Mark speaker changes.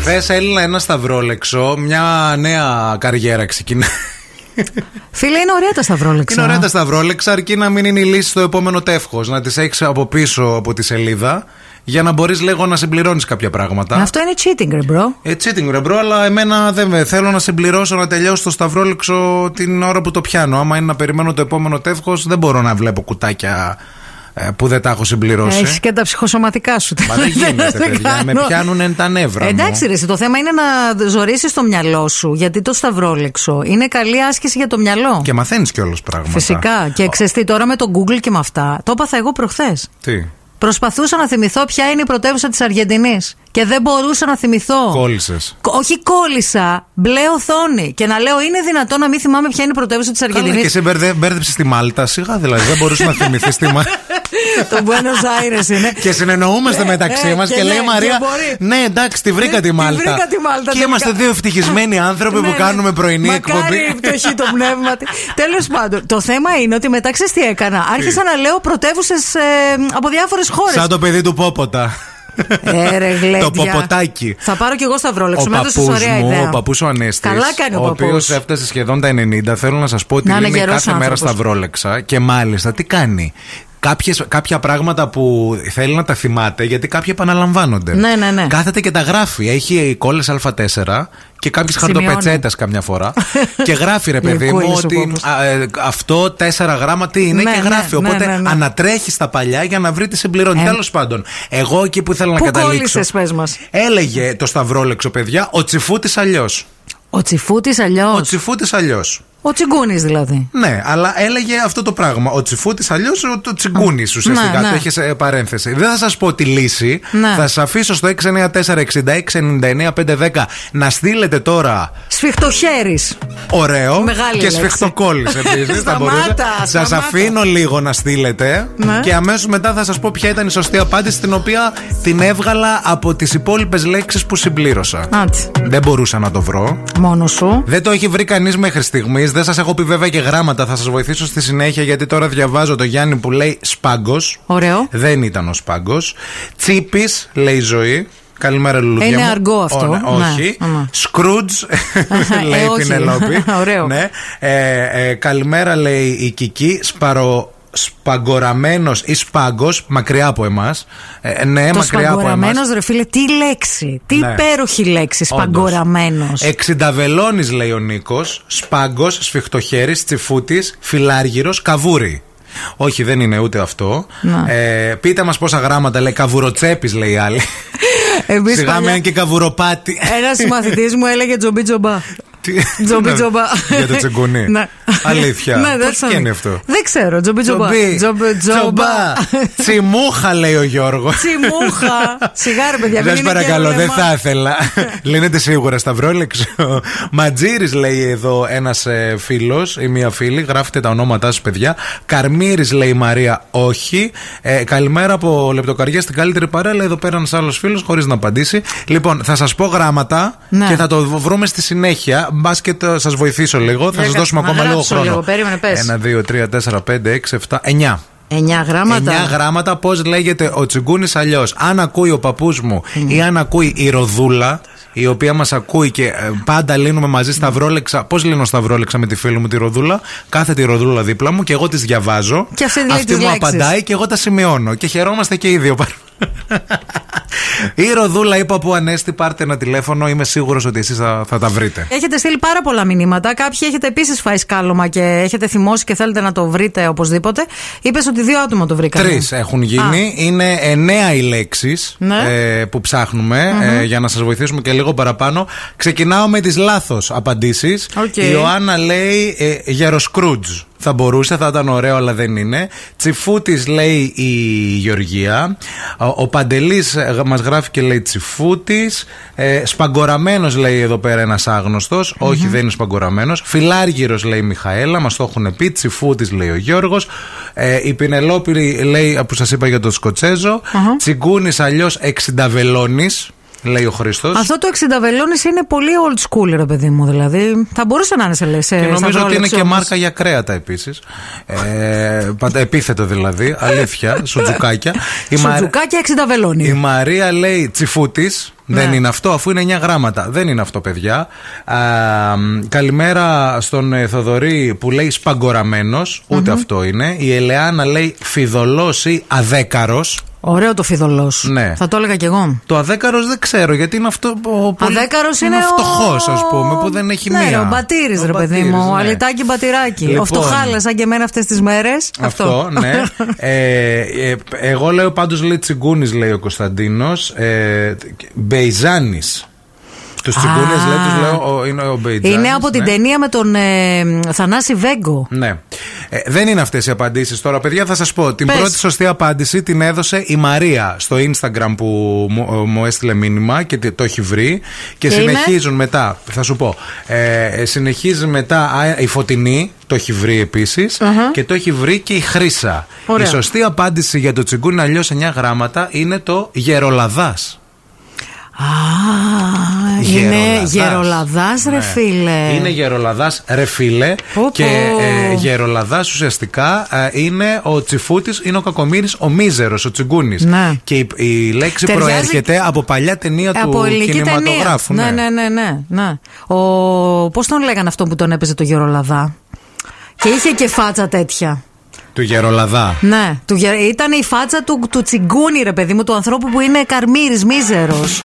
Speaker 1: Χθε έλυνα ένα σταυρόλεξο. Μια νέα καριέρα ξεκινάει.
Speaker 2: Φίλε, είναι ωραία τα σταυρόλεξα.
Speaker 1: Είναι ωραία τα σταυρόλεξα, αρκεί να μην είναι η λύση στο επόμενο τεύχος. Να τις έχεις από πίσω από τη σελίδα για να μπορείς λέγω να συμπληρώνεις κάποια πράγματα.
Speaker 2: Ε, Αυτό είναι cheating, ρε bro.
Speaker 1: Ε, cheating, ρε μπρο, αλλά εμένα δεν με. Θέλω να συμπληρώσω, να τελειώσω το σταυρόλεξο την ώρα που το πιάνω. Άμα είναι να περιμένω το επόμενο τεύχος, δεν μπορώ να βλέπω κουτάκια ε, που δεν τα έχω συμπληρώσει.
Speaker 2: Έχεις και τα ψυχοσωματικά σου.
Speaker 1: Μα δεν γίνεται, παιδιά.
Speaker 2: κάνω.
Speaker 1: με πιάνουν τα νεύρα. μου.
Speaker 2: Εντάξει, ρε, εσύ, το θέμα είναι να ζωρίσει το μυαλό σου. Γιατί το σταυρόλεξο είναι καλή άσκηση για το μυαλό.
Speaker 1: Και μαθαίνεις κιόλας πράγματα.
Speaker 2: Φυσικά. Και ξεστή τώρα με το Google και με αυτά. Το έπαθα εγώ προχθές.
Speaker 1: Τι.
Speaker 2: Προσπαθούσα να θυμηθώ ποια είναι η πρωτεύουσα της Αργεντινής. Και δεν μπορούσα να θυμηθώ.
Speaker 1: Κόλλησες.
Speaker 2: Κο- Όχι κόλλησα, μπλε οθόνη. Και να λέω, είναι δυνατό να μην θυμάμαι ποια είναι η πρωτεύουσα της
Speaker 1: Καλά, και
Speaker 2: Αργεντινή.
Speaker 1: σε μπέρδεψες τη Μάλτα. Σιγά δηλαδή, δεν μπορούσες να θυμηθείς τη Μάλτα.
Speaker 2: το Buenos Aires είναι.
Speaker 1: Και συνεννοούμαστε μεταξύ
Speaker 2: ε,
Speaker 1: μας
Speaker 2: και
Speaker 1: και λέει
Speaker 2: ναι,
Speaker 1: η Μαρία.
Speaker 2: και μπορεί.
Speaker 1: Ναι, εντάξει, τη βρήκα
Speaker 2: Ε,
Speaker 1: τη
Speaker 2: τη
Speaker 1: Μάλτα.
Speaker 2: βρήκα τη Μάλτα,
Speaker 1: Και
Speaker 2: τελικά.
Speaker 1: είμαστε δύο ευτυχισμένοι άνθρωποι
Speaker 2: Ναι,
Speaker 1: που
Speaker 2: ναι.
Speaker 1: κάνουμε πρωινή
Speaker 2: Μακάρι η
Speaker 1: εκπομπή.
Speaker 2: πτωχή το πνεύμα τη. Τέλος πάντων, το θέμα είναι ότι μετά ξέρεις τι έκανα. Άρχισα να λέω πρωτεύουσες από διάφορες χώρες.
Speaker 1: Σαν το παιδί του Πόποτα.
Speaker 2: Ε, ρε, γλέντια.
Speaker 1: το ποποτάκι.
Speaker 2: Θα πάρω κι εγώ σταυρόλεξο.
Speaker 1: Ο
Speaker 2: Με έδωσε
Speaker 1: παππούς
Speaker 2: ωραία
Speaker 1: μου,
Speaker 2: ιδέα.
Speaker 1: ο παππούς ο Ανέστης,
Speaker 2: Καλά κάνει ο,
Speaker 1: ο οποίο
Speaker 2: παππούς.
Speaker 1: έφτασε σχεδόν τα 90, θέλω να σας πω ότι
Speaker 2: Να είναι
Speaker 1: λύνει κάθε
Speaker 2: γερός
Speaker 1: μέρα
Speaker 2: άνθρωπος.
Speaker 1: σταυρόλεξα και μάλιστα τι κάνει. Κάποιες, κάποια πράγματα που θέλει να τα θυμάται, γιατί κάποια επαναλαμβάνονται.
Speaker 2: Ναι, ναι, ναι.
Speaker 1: Κάθεται και τα γράφει. Έχει κόλλε Α4 και κάποιες
Speaker 2: Σημειώνει.
Speaker 1: χαρτοπετσέτες καμιά φορά. και γράφει, ρε παιδί μου,
Speaker 2: Γλυκούλης ο
Speaker 1: ότι
Speaker 2: παππούς.
Speaker 1: α, ε, αυτό τέσσερα γράμμα τι είναι
Speaker 2: Ναι,
Speaker 1: και
Speaker 2: ναι,
Speaker 1: γράφει.
Speaker 2: ναι,
Speaker 1: Οπότε
Speaker 2: ναι, ναι.
Speaker 1: ανατρέχει στα παλιά για να βρει τι συμπληρώνει.
Speaker 2: Ε.
Speaker 1: Τέλος πάντων, εγώ εκεί που ήθελα να
Speaker 2: Πού
Speaker 1: καταλήξω.
Speaker 2: κόλλησες, πες μας.
Speaker 1: Έλεγε το σταυρόλεξο, παιδιά, ο τσιφούτης αλλιώς.
Speaker 2: Ο τσιφούτης
Speaker 1: Ο
Speaker 2: αλλιώ.
Speaker 1: τσιφούτης αλλιώς.
Speaker 2: Ο τσιγκούνης δηλαδή.
Speaker 1: Ναι, αλλά έλεγε αυτό το πράγμα. Ο τσιφούτης αλλιώς, το τσιγκούνης ουσιαστικά.
Speaker 2: Ναι, ναι.
Speaker 1: Το έχεις σε παρένθεση. Δεν θα σας πω τη λύση.
Speaker 2: Ναι.
Speaker 1: Θα σας αφήσω στο 694-6699-510 να στείλετε τώρα
Speaker 2: Σφιχτοχέρι.
Speaker 1: ωραίο
Speaker 2: Μεγάλη
Speaker 1: και
Speaker 2: λέξη.
Speaker 1: σφιχτοκόλλης επίσης.
Speaker 2: Σταμάτα, σταμάτα.
Speaker 1: Σας αφήνω λίγο να στείλετε
Speaker 2: Ναι.
Speaker 1: και αμέσως μετά θα σας πω ποια ήταν η σωστή απάντηση την οποία την έβγαλα από τις υπόλοιπες λέξεις που συμπλήρωσα.
Speaker 2: Άτσι.
Speaker 1: Δεν μπορούσα να το βρω.
Speaker 2: Μόνος σου.
Speaker 1: Δεν το έχει βρει κανείς μέχρι στιγμής. Δεν σας έχω πει βέβαια και γράμματα. Θα σας βοηθήσω στη συνέχεια γιατί τώρα διαβάζω το Γιάννη που λέει Σπάγκος.
Speaker 2: Ωραίο.
Speaker 1: Δεν ήταν ο Σπάγκος. Τσίπης, λέει η ζωή. Καλημέρα, Λουλούδια.
Speaker 2: Είναι
Speaker 1: μου.
Speaker 2: αργό αυτό.
Speaker 1: Ω, ναι,
Speaker 2: Ναι,
Speaker 1: όχι.
Speaker 2: ναι.
Speaker 1: Σκρούτζ, λέει
Speaker 2: Ε,
Speaker 1: η
Speaker 2: όχι.
Speaker 1: Πινελόπη.
Speaker 2: Ωραίο.
Speaker 1: Ναι. Ε, ε, καλημέρα, λέει η Κική. Σπαρο, σπαγκοραμένος ή σπάγκος, μακριά από εμάς. Ε, ναι,
Speaker 2: Το
Speaker 1: μακριά από εμάς.
Speaker 2: σπαγκοραμένος, ρε φίλε, τι λέξη. Τι
Speaker 1: Ναι. Ε,
Speaker 2: υπέροχη λέξη. Σπαγκοραμένο.
Speaker 1: Εξινταβελώνη, λέει ο Νίκος. Σπάγκος, σφιχτοχέρι, τσιφούτης, φιλάργυρος, καβούρι. Όχι, δεν είναι ούτε αυτό.
Speaker 2: Να.
Speaker 1: Ε, πείτε μας πόσα γράμματα λέει. Καβουροτσέπης, λέει η άλλη.
Speaker 2: Εμείς
Speaker 1: Σιγά με και καβουροπάτι.
Speaker 2: Ένας μαθητής μου έλεγε τζομπί τζομπά.
Speaker 1: Τι-
Speaker 2: Τζομπί
Speaker 1: Ναι,
Speaker 2: τζομπά.
Speaker 1: Για το τσιγκουνί.
Speaker 2: Ναι.
Speaker 1: Αλήθεια.
Speaker 2: Ναι, δεν
Speaker 1: Πώς
Speaker 2: ξέρω.
Speaker 1: βγαίνει αυτό.
Speaker 2: Δεν ξέρω. Τζομπί τζομπά.
Speaker 1: Τζομπί,
Speaker 2: Τζομπί τζομπά.
Speaker 1: Τσιμούχα, λέει ο Γιώργος.
Speaker 2: Τσιμούχα. Σιγά, ρε παιδιά. μην
Speaker 1: Σας
Speaker 2: είναι και
Speaker 1: παρακαλώ, δεν
Speaker 2: βλέμμα.
Speaker 1: θα ήθελα. Λύνεται σίγουρα σταυρόλεξο. Ματζήρη λέει εδώ ένας φίλος ή μία φίλη. Γράφετε τα ονόματά σας, παιδιά. Καρμύρης λέει η Μαρία, όχι. Ε, καλημέρα από λεπτοκαριά στην καλύτερη παρέα. Λέει εδώ πέρα ένας άλλος φίλος, χωρίς να απαντήσει. Λοιπόν, θα σας πω γράμματα
Speaker 2: Ναι.
Speaker 1: και θα το βρούμε στη συνέχεια. Μπας και σας βοηθήσω λίγο. Θα
Speaker 2: Για
Speaker 1: σας
Speaker 2: κα-
Speaker 1: δώσουμε
Speaker 2: να
Speaker 1: ακόμα λίγο
Speaker 2: γράψω
Speaker 1: χρόνο.
Speaker 2: λίγο, περίμενε, πες.
Speaker 1: Ένα, δύο, τρία, τέσσερα, πέντε, έξι, εφτά, εννιά.
Speaker 2: Εννιά γράμματα.
Speaker 1: 9 γράμματα πώς λέγεται ο τσιγκούνης αλλιώς. Αν ακούει ο παππούς μου ή αν ακούει η Ροδούλα, η οποία μας ακούει και ε, πάντα λύνουμε μαζί σταυρόλεξα. Πώς λύνω σταυρόλεξα με τη φίλη μου τη Ροδούλα, κάθε τη Ροδούλα δίπλα μου και εγώ τις διαβάζω.
Speaker 2: Και αυτή λέει τις
Speaker 1: μου
Speaker 2: λέξεις.
Speaker 1: απαντάει και εγώ τα σημειώνω. Και χαιρόμαστε και οι δύο. Η Ροδούλα, είπα που ανέστη, πάρτε ένα τηλέφωνο. Είμαι σίγουρος ότι εσείς θα, θα τα βρείτε.
Speaker 2: Έχετε στείλει πάρα πολλά μηνύματα. Κάποιοι έχετε επίσης φάει σκάλωμα και έχετε θυμώσει και θέλετε να το βρείτε οπωσδήποτε. Είπες ότι δύο άτομα το βρήκαν.
Speaker 1: Τρεις έχουν γίνει. Είναι εννέα οι λέξεις
Speaker 2: Ναι.
Speaker 1: που ψαχνουμε ε, για να σας βοηθήσουμε και λίγο παραπάνω. Ξεκινάω με τις λάθος απαντήσεις.
Speaker 2: Οκ.
Speaker 1: Η Ιωάννα λέει ε, γεροσκρούτζ. Θα μπορούσε, θα ήταν ωραίο, αλλά δεν είναι. Τσιφούτης λέει η Γεωργία. Ο, ο Παντελής μας γράφει και λέει Τσιφούτης. Ε, σπαγκοραμένος λέει εδώ πέρα ένας Όχι, δεν είναι σπαγκοραμένος. Φιλάργυρος λέει η Μιχαέλα, μας το έχουν πει. Τσιφούτης λέει ο Γιώργος. Ε, η ε, Πινελόπη λέει που σας είπα για τον σκοτσεζο Τσιγκούνης αλλιώς εξινταβελώνης. λέει ο Χρήστος.
Speaker 2: Αυτό το 60 βελόνι είναι πολύ old school, ρε παιδί μου. Δηλαδή θα μπορούσε να είναι σε λε.
Speaker 1: Και νομίζω ότι είναι και μάρκα για κρέατα επίσης. Ε, πάντα επίθετο δηλαδή. Αλήθεια.
Speaker 2: Ναι.
Speaker 1: Σουτζουκάκια. Η, Μα-
Speaker 2: Σουτζουκάκια 60 βελόνι.
Speaker 1: η Μαρία λέει τσιφούτης. Δεν
Speaker 2: Ναι.
Speaker 1: είναι αυτό, αφού είναι 9 γράμματα. Δεν είναι αυτό, παιδιά. Α, μ, καλημέρα στον ε, Θοδωρή που λέει σπαγκοραμενος Ούτε αυτό είναι. Η Ελεάνα λέει φιδωλός ή αδέκαρος.
Speaker 2: Ωραίο το φιδωλός.
Speaker 1: Ναι.
Speaker 2: Θα το έλεγα κι εγώ.
Speaker 1: Το αδέκαρος δεν ξέρω γιατί είναι αυτό. Ο, πολύ-
Speaker 2: Αδέκαρος είναι, ο.
Speaker 1: φτωχός, ας πούμε, που δεν έχει
Speaker 2: ναι,
Speaker 1: μία.
Speaker 2: Ο μπατήρι,
Speaker 1: Ο
Speaker 2: ρε παιδί
Speaker 1: Μπατήρης,
Speaker 2: μου. Ο
Speaker 1: ναι.
Speaker 2: αλυτάκι μπατηράκι.
Speaker 1: Λοιπόν.
Speaker 2: Ο φτωχάλα, σαν και εμένα αυτές τις μέρες.
Speaker 1: Αυτό, ναι. ε, ε, εγώ λέω πάντως λέει τσιγκούνης λέει ο Κωνσταντίνος ε, Μπεϊζάνης Τους τσιγκούνες
Speaker 2: Α.
Speaker 1: λέει τους λέω ο, είναι ο Μπεϊζάνης
Speaker 2: Είναι από την
Speaker 1: ναι.
Speaker 2: ταινία με τον ε, Θανάση Βέγκο.
Speaker 1: Ναι. Ε, δεν είναι αυτές οι απαντήσεις τώρα, παιδιά. Θα σας πω. Την
Speaker 2: Πες.
Speaker 1: πρώτη σωστή απάντηση την έδωσε η Μαρία στο Instagram που μου, ε, μου έστειλε μήνυμα και τη- το έχει βρει. Και,
Speaker 2: Και είναι?
Speaker 1: συνεχίζουν μετά. Θα σου πω. Ε, ε, συνεχίζει μετά α, η Φωτεινή. Το έχει βρει επίσης, Και το έχει βρει και η Χρύσα.
Speaker 2: Ωραία.
Speaker 1: Η σωστή απάντηση για το τσιγκούνι αλλιώς 9 γράμματα είναι το γερολαδάς.
Speaker 2: Α, είναι γερολαδάς, ρε φίλε.
Speaker 1: Ναι. Είναι γερολαδάς, ρε φίλε.
Speaker 2: Πω, πω.
Speaker 1: Και ε, γερολαδάς ουσιαστικά ε, είναι ο τσιφούτης, είναι ο κακομοίρης, ο μίζερος, ο τσιγκούνης.
Speaker 2: Ναι.
Speaker 1: Και η, η λέξη
Speaker 2: Ταιριάζει-
Speaker 1: προέρχεται από παλιά ταινία
Speaker 2: Ε, από
Speaker 1: του
Speaker 2: ελληνική ταινία.
Speaker 1: κινηματογράφου.
Speaker 2: Ναι, ναι, ναι, ναι. ναι. Ο... Πώς τον λέγανε αυτό που τον έπαιζε το γερολαδά. Και είχε και φάτσα τέτοια.
Speaker 1: Του γερολαδά.
Speaker 2: Ναι, του, γε- ήταν η φάτσα του, του τσιγκούνι, ρε παιδί μου, του ανθρώπου που είναι καρμύρης, μίζερος.